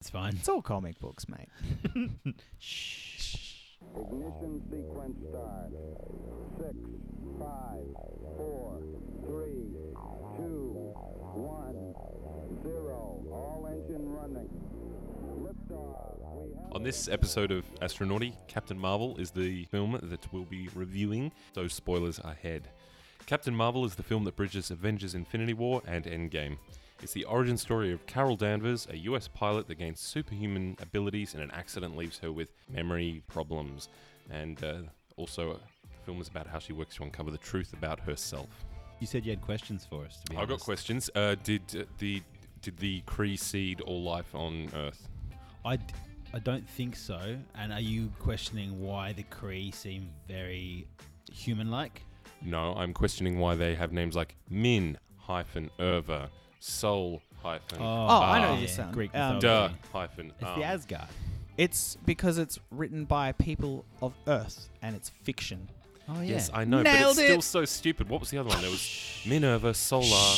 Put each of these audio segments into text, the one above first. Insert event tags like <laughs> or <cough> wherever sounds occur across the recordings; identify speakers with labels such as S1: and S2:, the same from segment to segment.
S1: It's fine.
S2: It's all comic books, mate.
S3: Ignition sequence start. Six, five, four, three, two, one, zero. All engine running. Liftoff. We have
S4: On this episode of Astronauty, Captain Marvel is the film that we'll be reviewing, so spoilers ahead. Captain Marvel is the film that bridges Avengers Infinity War and Endgame. It's the origin story of Carol Danvers, a US pilot that gains superhuman abilities and an accident leaves her with memory problems. And uh, also, uh, the film is about how she works to uncover the truth about herself.
S1: You said you had questions for us. To be
S4: I've got
S1: honest.
S4: questions. Uh, did uh, the did the Kree seed all life on Earth?
S1: I, d- I don't think so. And are you questioning why the Kree seem very human-like?
S4: No, I'm questioning why they have names like Min hyphen Erva, Sol hyphen
S2: Oh,
S4: Ah.
S2: I know
S4: Yeah,
S2: your son.
S1: Greek
S2: Um,
S1: mythology.
S4: Duh hyphen
S1: It's
S4: um.
S1: the Asgard.
S2: It's because it's written by people of Earth and it's fiction.
S1: Oh yeah.
S4: Yes, I know,
S2: Nailed
S4: but it's still
S2: it.
S4: so stupid. What was the other one? There was Minerva, Solar.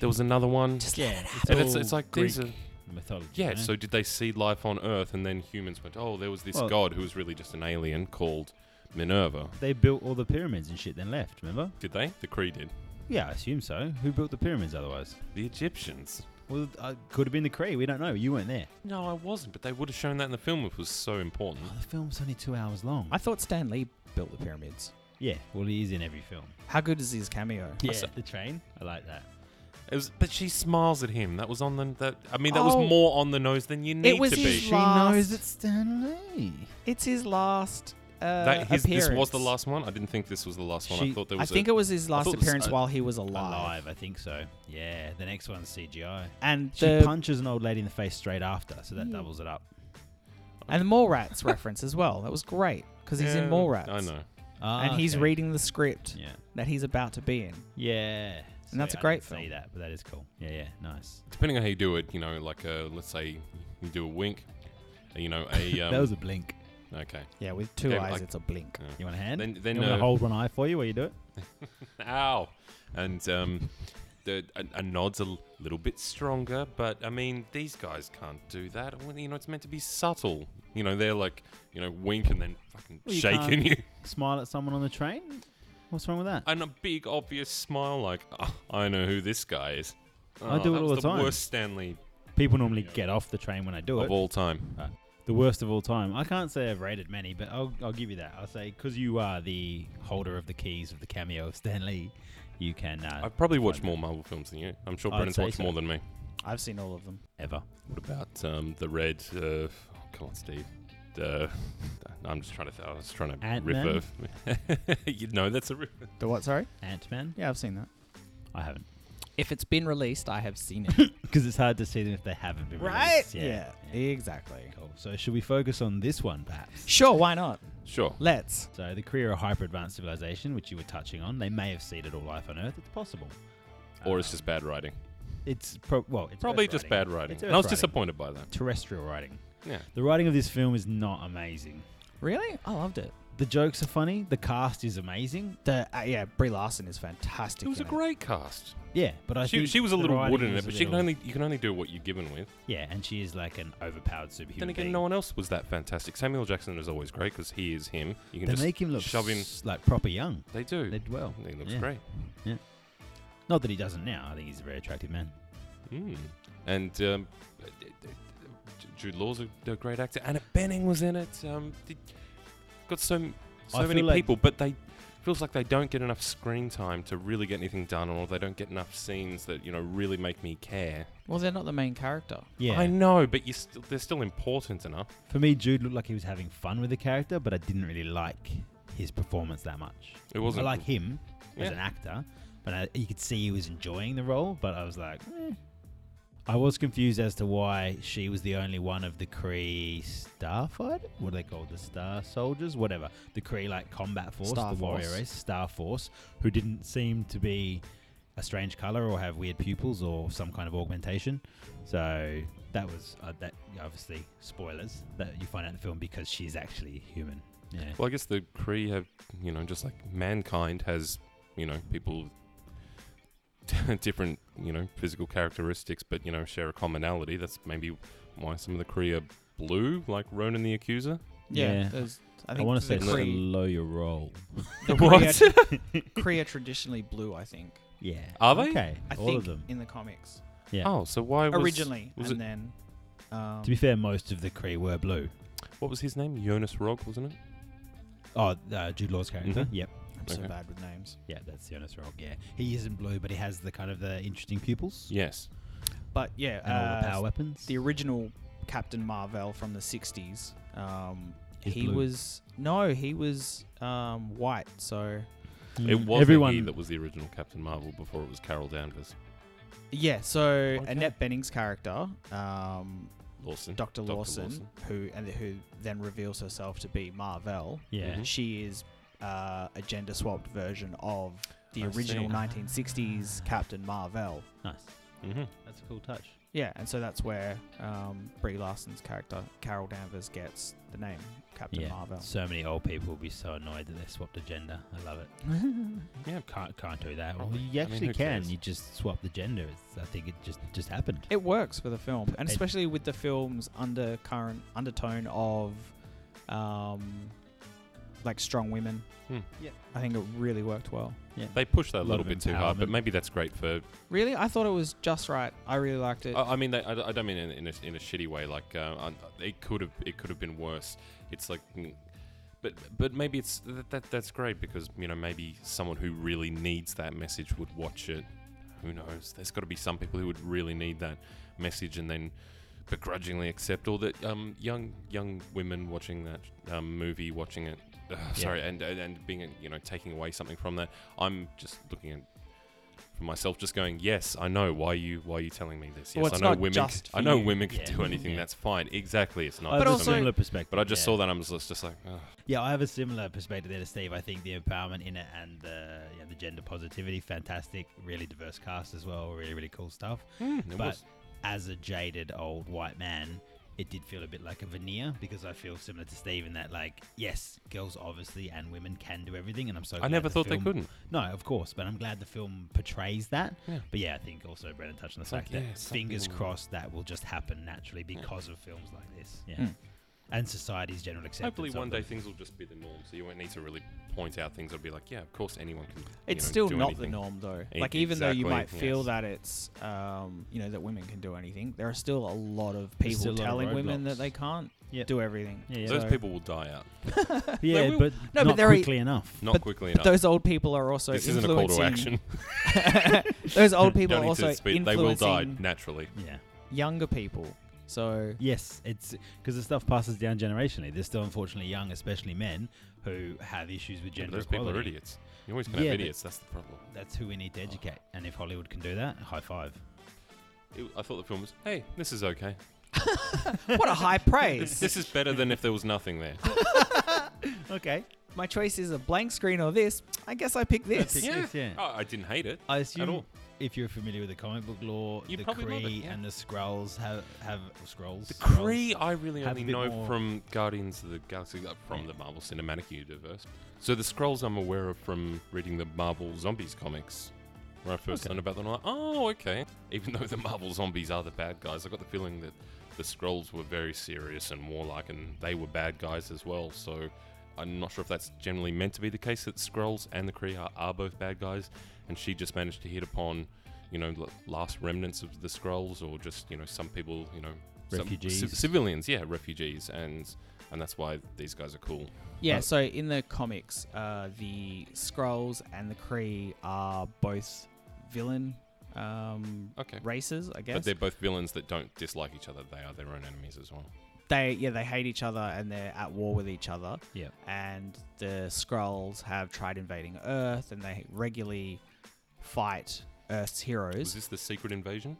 S4: There was another one.
S1: yeah.
S4: and it's,
S1: all
S4: it's like
S1: Greek
S4: these are
S1: mythology.
S4: yeah.
S1: right?
S4: So did they seed life on Earth, and then humans went, oh, there was this
S1: Well-
S4: god who was really just an alien called Minerva.
S1: they built all the pyramids and shit, then left. Remember?
S4: Did they? The Cree did.
S1: Yeah, I assume so. Who built the pyramids otherwise?
S4: The Egyptians.
S1: Well, uh, could have been the Kree. We don't know. You weren't there.
S4: No, I wasn't, but they would have shown that in the film if it was so important.
S1: Oh, the film's only two hours long.
S2: I thought Stan Lee built the pyramids.
S1: yeah, well, he is in every film.
S2: How good is his cameo?
S1: Yeah,
S4: saw-
S1: the train. I like that.
S4: It was, but she smiles at him. That was on the. That, I mean, that was
S2: Oh.
S4: more on the nose than you need
S2: was
S4: to
S2: his
S4: be.
S2: She Last- knows
S1: it's Stanley.
S2: It's his last uh,
S4: That, his, this was the
S2: appearance.
S4: last one. I didn't think this was the last one. I
S1: She-
S4: thought there
S2: I
S4: was.
S2: think
S4: a,
S2: it was his last
S4: thought it was
S2: appearance
S4: a-
S2: while he was
S1: Alive.
S2: alive.
S1: I think so. Yeah, the next one's CGI.
S2: And
S1: She
S2: the
S1: punches an old lady in the face straight after, so that doubles it up.
S2: and the Mallrats reference as well. That was great because he's in
S4: Yeah,
S2: Mallrats.
S4: I know.
S1: Ah,
S2: And he's
S1: okay.
S2: reading the script
S1: Yeah.
S2: that he's about to be in.
S1: Yeah.
S2: And that's
S1: Sweet,
S2: a
S1: I
S2: great
S1: didn't See
S2: film.
S1: that, but that is cool. Yeah, yeah, nice.
S4: Depending on how you do it, you know, like uh let's say you do a wink, you know,
S2: <laughs>
S4: a um,
S1: that was a blink.
S4: okay.
S2: Yeah, with two
S4: Okay,
S2: eyes,
S4: like-
S2: it's a blink.
S1: You want a hand?
S4: Then
S1: you
S4: then
S1: want
S4: uh,
S1: to hold one eye for you while you do it?
S4: ow, and um, the a, a nod's a l- little bit stronger, but I mean these guys can't do that. Well, You know, it's meant to be subtle. You know, they're like you know wink and then fucking
S1: Well, you
S4: shaking
S1: can't-
S4: you.
S1: Smile at someone on the train? What's wrong with that?
S4: and a big obvious smile like "Ah, I know who this guy is.
S1: I do
S4: that
S1: it all
S4: was
S1: the time.
S4: Worst Stanley
S1: People normally get off the train when I do it.
S4: of all time.
S1: the worst of all time. I can't say I've rated many, but I'll, I'll give you that. I'll say because you are the holder of the keys of the cameo of Stan Lee, you can uh,
S4: I've probably watched more Marvel films than you. I'm sure
S1: I'd
S4: Brennan's
S1: say
S4: watched
S1: so.
S4: more than me.
S2: I've seen all of them.
S1: ever.
S4: What about um, the Red? Uh, oh, come on, Steve. Uh, <laughs> I'm just trying to. Th- I was trying to
S1: Ant-Man?
S4: riff. A, <laughs> you know, that's a. Riff.
S2: The what? Sorry.
S1: Ant Man,
S2: Yeah, I've seen that.
S1: I haven't
S2: If it's been released, I have seen it.
S1: because it's hard to see them if they haven't been released.
S2: Yeah.
S1: yeah.
S2: Exactly.
S1: Cool. So should we focus on this one perhaps?
S2: Sure. Why not?
S4: Sure.
S1: Uh,
S2: Let's.
S1: So the Kree are a hyper-advanced civilization, which you were touching on. They may have seeded all life on Earth. It's possible.
S4: Or it's
S1: Um,
S4: just bad writing.
S1: it's pro- well, it's
S4: Probably
S1: Earth
S4: just
S1: writing.
S4: bad writing.
S1: It's
S4: And I was
S1: Earth writing.
S4: disappointed by that.
S1: Terrestrial writing.
S4: Yeah.
S1: The writing of this film is not amazing.
S2: Really? I loved it.
S1: The jokes are funny. The cast is amazing.
S2: The uh, yeah, Brie Larson is fantastic.
S4: It was a
S2: in
S4: great cast.
S1: Yeah, but I
S4: She,
S1: think
S4: she was a
S1: the
S4: little
S1: writing
S4: wooden in
S1: is
S4: it,
S1: a
S4: but she can
S1: little-
S4: only you can only do what you're given with.
S1: yeah, and she is like an overpowered superhuman.
S4: Then again,
S1: being.
S4: no one else was that fantastic. Samuel Jackson is always great because he is him. You can
S1: they
S4: just
S1: make him look
S4: shove in.
S1: s- like proper young.
S4: They do.
S1: They do well.
S4: He looks
S1: Yeah.
S4: great.
S1: Not that he doesn't now. I think he's a very attractive man.
S4: Mm. And um, Jude Law's a, a great actor. Anna Benning was in it. Um, did- got so m- so
S1: I feel
S4: many
S1: like-
S4: people, but they feels like they don't get enough screen time to really get anything done, or they don't get enough scenes that you know really make me care.
S2: it. Well, they're not the main character.
S1: Yeah,
S4: I know, but you st- they're still important enough.
S1: for me, Jude looked like he was having fun with the character, but I didn't really like his performance that much.
S4: It wasn't
S1: I like him
S4: Yeah.
S1: as an actor, but I, you could see he was enjoying the role. But I was like, eh. I was confused as to why she was the only one of the Kree Starfight. What are they called? The Star Soldiers, whatever. The Kree like combat force,
S2: Star
S1: the warrior
S2: Force.
S1: race, Star Force, who didn't seem to be a strange color or have weird pupils or some kind of augmentation. So that was uh, that. Obviously, spoilers that you find out in the film because she's actually human. Yeah.
S4: Well, I guess the Kree have, you know, just like mankind has, you know, people <laughs> different, you know, physical characteristics, but you know, share a commonality. That's maybe why some of the Kree are blue, like Ronan the Accuser.
S2: Yeah,
S1: Yeah.
S2: there's. I
S1: I,
S2: think
S1: want to
S2: the
S1: say
S2: Kree,
S1: slow your roll. <laughs>
S2: the
S4: What?
S2: Kree are- Kree are traditionally blue. I think.
S1: Yeah.
S4: Are they?
S1: Okay.
S2: I
S1: All
S2: think
S1: of them.
S2: in the comics
S1: Yeah.
S4: Oh, so why was
S2: originally,
S4: was
S2: and
S4: it-
S2: then. Um,
S1: To be fair, most of the Kree were blue.
S4: what was his name? Jonas Rog, wasn't it?
S1: Mm. Oh, uh, Jude Law's character.
S4: Mhm.
S1: Yep.
S2: I'm so
S4: okay.
S2: bad with names.
S1: Yeah, that's Jonas Rock. Yeah, he isn't blue, but he has the kind of the interesting pupils
S4: Yes.
S2: But yeah,
S1: and all the
S2: uh,
S1: power weapons.
S2: the original Captain Marvel from the 60s. Um,
S1: Is
S2: he
S1: blue.
S2: was no, he was um, white. So
S4: It
S1: Mm.
S4: was everyone
S1: everyone.
S4: he that was the original Captain Marvel before it was Carol Danvers.
S2: yeah, so
S4: Okay.
S2: Annette Benning's character, um,
S4: Lawson.
S2: Dr.
S4: Dr.
S2: Lawson,
S4: Lawson.
S2: who and who then reveals herself to be Marvel.
S1: yeah,
S4: Mhm.
S2: She is uh, a gender swapped version of the
S4: I see.
S2: original
S4: Ah.
S2: 1960s Captain Marvel.
S1: nice.
S4: Mm-hmm.
S1: That's a cool touch.
S2: Yeah, and so that's where um, Brie Larson's character Carol Danvers gets the name Captain
S1: Yeah,
S4: <laughs>
S2: Marvel.
S1: so many old people will be so annoyed that they swapped a gender. I love it.
S4: Yeah.
S1: Can't can't do that. Well,
S4: Probably.
S1: you
S4: I mean,
S1: actually
S4: who
S1: can.
S4: cares?
S1: You just swap the gender. It's, I think it just just happened.
S2: It works for the film, and
S1: It-
S2: especially with the film's undercurrent undertone of, um, like strong women.
S4: Hmm.
S1: Yeah.
S2: I think it really worked well.
S4: They pushed that a
S1: Lot
S4: little
S1: of
S4: bit too hard, but
S1: empowerment.
S4: maybe that's great for.
S2: Really, I thought it was just right. I really liked it.
S4: I, I mean, they, I, I don't mean in, in, a, in a shitty way. Like, uh, un- it could have it could have been worse. It's like, mm, but but maybe it's that, that that's great because you know maybe someone who really needs that message would watch it. Who knows? There's got to be some people who would really need that message and then begrudgingly accept all that um, young young women watching that um, movie, watching it. Uh, Sorry, and, and and being you know taking away something from that. I'm just looking at for myself, just going, yes, I know. Why are you why are you telling me this? Yes,
S2: Well, it's
S4: I know
S2: not
S4: women.
S2: just
S4: I
S2: for
S4: know
S2: you."
S4: women can
S1: Yeah.
S4: do anything.
S1: Yeah.
S4: That's fine. Exactly, it's
S1: I
S4: not.
S1: have
S2: But
S1: a
S4: just
S2: also-
S4: me.
S1: similar perspective.
S4: but I just
S1: yeah.
S4: saw that and I was just just like,
S1: <laughs>
S4: ugh.
S1: Yeah, I have a similar perspective there to Steve. I think the empowerment in it and the you know, the gender positivity, fantastic. Really diverse cast as well. Really really cool stuff.
S4: it
S1: but
S4: was-
S1: as a jaded old white man, it did feel a bit like a veneer because I feel similar to Steve in that, like, yes, girls obviously and women can do everything, and I'm so.
S4: I
S1: glad
S4: never
S1: the
S4: thought they
S1: film-
S4: couldn't.
S1: No, of course, but I'm glad the film portrays that.
S4: Yeah.
S1: But yeah, I think also Brendan touched on the
S4: It's like,
S1: fact
S4: yeah,
S1: that
S4: some
S1: fingers
S4: people-
S1: crossed that will just happen naturally because of films like this. Yeah.
S2: Mm.
S1: And society's general acceptance.
S4: Hopefully,
S1: of
S4: one day
S1: them.
S4: things will just be the norm, so you won't need to really point out things. I'll be like, yeah, of course, anyone can. you
S2: it's
S4: know,
S2: still
S4: do
S2: not
S4: anything.
S2: the norm, though.
S4: E-
S2: like, even though you
S4: exactly,
S2: might feel
S4: yes.
S2: that it's, um, you know, that women can do anything, there are still a lot of
S1: There's still a
S2: people
S1: lot of
S2: telling women that
S1: roadblocks.
S2: they can't
S1: Yep.
S2: do everything.
S1: Yeah, yeah.
S4: Those
S2: So-
S4: people will die out,
S1: yeah,
S2: will-
S1: but
S2: No, but
S1: not
S2: they're a-
S1: quickly enough.
S4: not quickly
S2: But
S4: enough.
S2: those old people are also
S4: this isn't a call
S2: influencing.
S4: to action.
S2: <laughs> those old people
S4: Don't
S2: are
S4: need
S2: also
S4: to speak. They will die
S2: influencing
S4: naturally.
S1: Yeah.
S2: younger people. So
S1: Yes, it's because the stuff passes down generationally. There's still unfortunately young, especially men, who have issues with
S4: Yeah, but
S1: gender
S4: those people
S1: equality.
S4: are idiots. You always can
S1: Yeah,
S4: have
S1: but-
S4: idiots. That's the problem.
S1: That's who we need to educate. And if Hollywood can do that, high five.
S4: It, I thought the film was, hey, this is okay.
S2: <laughs> what a high
S4: This,
S2: praise!
S4: this is better than if there was nothing there.
S1: Okay.
S2: <laughs> My choice is a blank screen or this. I guess I pick this.
S1: pick- Yes, yeah.
S4: Oh, I didn't hate it.
S1: I
S4: all.
S1: assume if you're familiar with the comic book lore,
S4: You'd
S1: the
S4: probably love
S1: Kree
S4: it, yeah.
S1: and the Skrulls have have scrolls.
S4: The Kree, I really
S1: Have
S4: only
S1: a bit
S4: know
S1: more-
S4: from Guardians of the Galaxy, uh, from
S1: Yeah.
S4: the Marvel Cinematic Universe. So the scrolls I'm aware of from reading the Marvel Zombies comics. When I first
S1: Okay.
S4: learned about them, I'm like, oh, okay. Even though the Marvel Zombies are the bad guys, I got the feeling that the scrolls were very serious and warlike, and they were bad guys as well. So I'm not sure if that's generally meant to be the case that scrolls and the Kree are, are both bad guys, and she just managed to hit upon, you know, l- last remnants of the scrolls, or just you know some people, you know, some ci-
S1: Refugees.
S4: civilians, yeah, refugees, and and that's why these guys are cool.
S2: Yeah,
S4: Uh,
S2: so in the comics, uh, the Skrulls and the Kree are both villain um,
S4: Okay.
S2: races, I
S4: But
S2: guess.
S4: they're both villains that don't dislike each other. They are their own enemies as well.
S2: They yeah, they hate each other and they're at war with each other.
S1: Yeah.
S2: And the Skrulls have tried invading Earth, and they regularly fight Earth's
S4: Was
S2: heroes.
S4: this the secret invasion?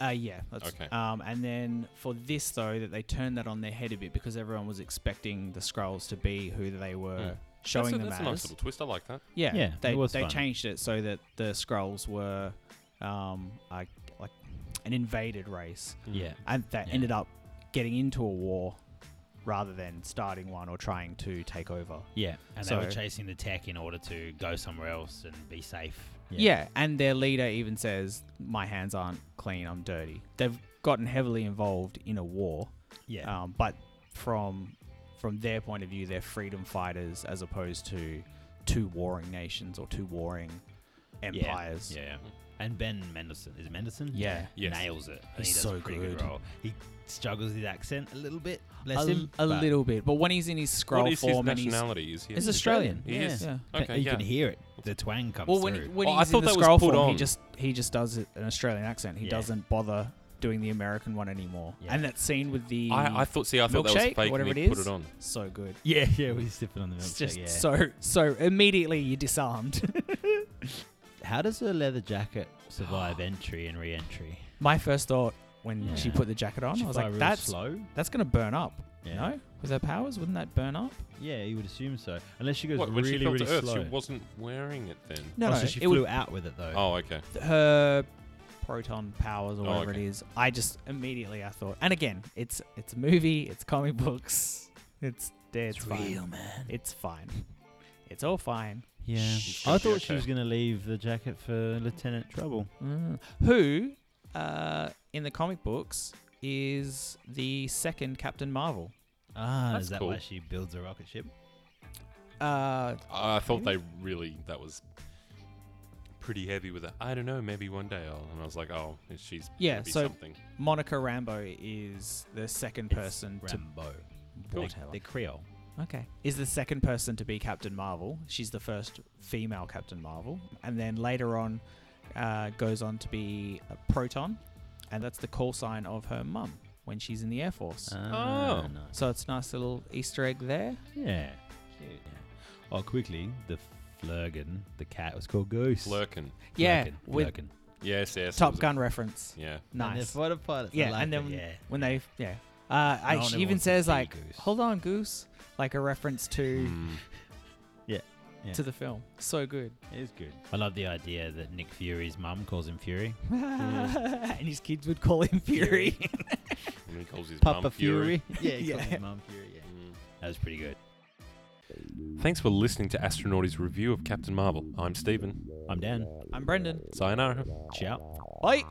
S2: Uh, yeah, that's
S4: Okay.
S2: Um, and then for this though, that they turned that on their head a bit because everyone was expecting the Skrulls to be who they were
S4: Mm.
S2: showing
S4: that's a,
S2: them
S4: that's
S2: as.
S4: a nice little twist. I like that.
S2: Yeah,
S1: Yeah,
S2: They
S1: it was
S2: they
S1: fun.
S2: changed it so that the scrolls were, um, like like an invaded race,
S1: Yeah.
S2: and that
S1: Yeah.
S2: ended up getting into a war rather than starting one or trying to take over.
S1: Yeah. And
S2: So-
S1: they were chasing the tech in order to go somewhere else and be safe.
S2: Yeah. and their leader even says, "My hands aren't clean. I'm dirty." They've gotten heavily involved in a war,
S1: yeah.
S2: um, but from from their point of view, they're freedom fighters as opposed to two warring nations or two warring
S1: Yeah.
S2: empires.
S1: Yeah, yeah. And Ben Mendelsohn is it Mendelsohn.
S2: Yeah.
S4: Yes.
S1: nails it. I think
S2: He's
S1: he does
S2: so
S1: a pretty good.
S2: good.
S1: role. He struggles with his accent a little bit. Bless
S2: A,
S1: him.
S2: a
S1: but
S2: little bit, but when he's in his scroll
S4: what is his
S2: form, and he's,
S4: nationality? Is he
S2: he's Australian.
S4: He
S1: Yeah.
S4: is.
S2: Yeah.
S4: Okay,
S1: you
S4: yeah.
S1: can hear it. The twang comes
S2: Well, when, he,
S1: through.
S2: when
S4: Oh, I
S2: he's
S4: thought
S2: in the
S4: that was
S2: scroll
S4: put
S2: form, he
S4: on.
S2: just he just does it- an Australian accent. He
S1: Yeah.
S2: doesn't bother doing the American one anymore.
S1: Yeah.
S2: And that scene with the
S4: I, I thought. See, I thought that was
S2: milkshake or
S4: fake.
S2: whatever
S4: and
S2: it
S4: he put
S2: is.
S4: it on.
S2: so good.
S1: yeah, yeah, we're sipping on the milkshake.
S2: It's just
S1: yeah.
S2: so so immediately you're disarmed.
S1: How does a leather jacket survive entry and re-entry?
S2: My first thought when she
S1: Yeah.
S2: put the jacket on,
S1: She
S2: I was
S1: fly
S2: Oh, like,
S1: real
S2: that's
S1: slow.
S2: that's gonna burn up.
S1: Yeah.
S2: No, with her powers, wouldn't that burn up?
S1: Yeah, you would assume so. Unless she goes
S4: What, when
S1: really,
S4: she fell
S1: really
S4: to Earth,
S1: slow.
S4: she wasn't wearing it then.
S2: No,
S1: oh,
S2: no,
S1: so she
S2: it
S1: flew
S2: would,
S1: out with it though.
S4: Oh, okay.
S2: her proton powers or
S4: Oh,
S2: whatever
S4: okay.
S2: it is. I just immediately I thought, and again, it's it's a movie, it's comic books, it's it's, fine.
S1: man.
S2: It's fine. It's all fine.
S1: Yeah.
S4: She's
S1: I
S4: gonna be
S1: thought she
S4: okay.
S1: was going to leave the jacket for Lieutenant Trouble.
S2: Mm. Who, uh, in the comic books, is the second Captain Marvel?
S1: Ah,
S4: That's
S1: is that
S4: cool.
S1: why she builds a rocket ship?
S2: Uh,
S4: I I thought they really that was pretty heavy with it. I don't know. Maybe one day I'll. And I was like, oh, she's
S2: Yeah,
S4: gonna be
S2: so-
S4: something.
S2: Monica Rambo is the second person
S1: it's
S2: to
S1: Rambo.
S4: Cool.
S2: whatever.
S1: They're Creole.
S2: Okay. Is the second person to be Captain Marvel. She's the first female Captain Marvel. And then later on, uh, goes on to be a Proton. And that's the call sign of her mum when she's in the Air Force.
S1: Ah, nice.
S2: so it's a nice little Easter egg there.
S1: Yeah.
S2: Cute.
S1: Yeah. Oh, quickly, the Flurgan, the cat was called Goose.
S4: Lurking.
S2: Yeah,
S1: Flurkin,
S2: with
S1: Flurkin.
S4: Yes, yes. it
S2: Top
S4: was a-
S2: Gun reference.
S4: Yeah.
S1: And they're
S2: Nice.
S1: fighter pilots. I
S2: Yeah,
S1: like
S2: and
S1: it,
S2: then
S1: yeah.
S2: when they, yeah. Uh, I,
S1: No one
S2: she
S1: ever
S2: even
S1: wants to
S2: says
S1: be
S2: like,
S1: Goose. Hmm.
S2: "Hold on, Goose," like a reference to
S4: Mm.
S1: Yeah.
S2: to the film. So good.
S1: It is good. I love the idea that Nick Fury's mum calls him Fury.
S2: <laughs> and his kids would call him Fury.
S4: And he calls his
S1: Papa
S4: mum Fury.
S1: Fury. <laughs> yeah, he
S2: Yeah.
S1: calls his mum Fury. Yeah.
S4: Mm.
S1: That was pretty good.
S4: Thanks for listening to Astronauti's review of Captain Marvel. I'm Stephen.
S1: <laughs> I'm Dan.
S2: I'm Brendan.
S4: Sayonara.
S1: Ciao.
S2: Bye.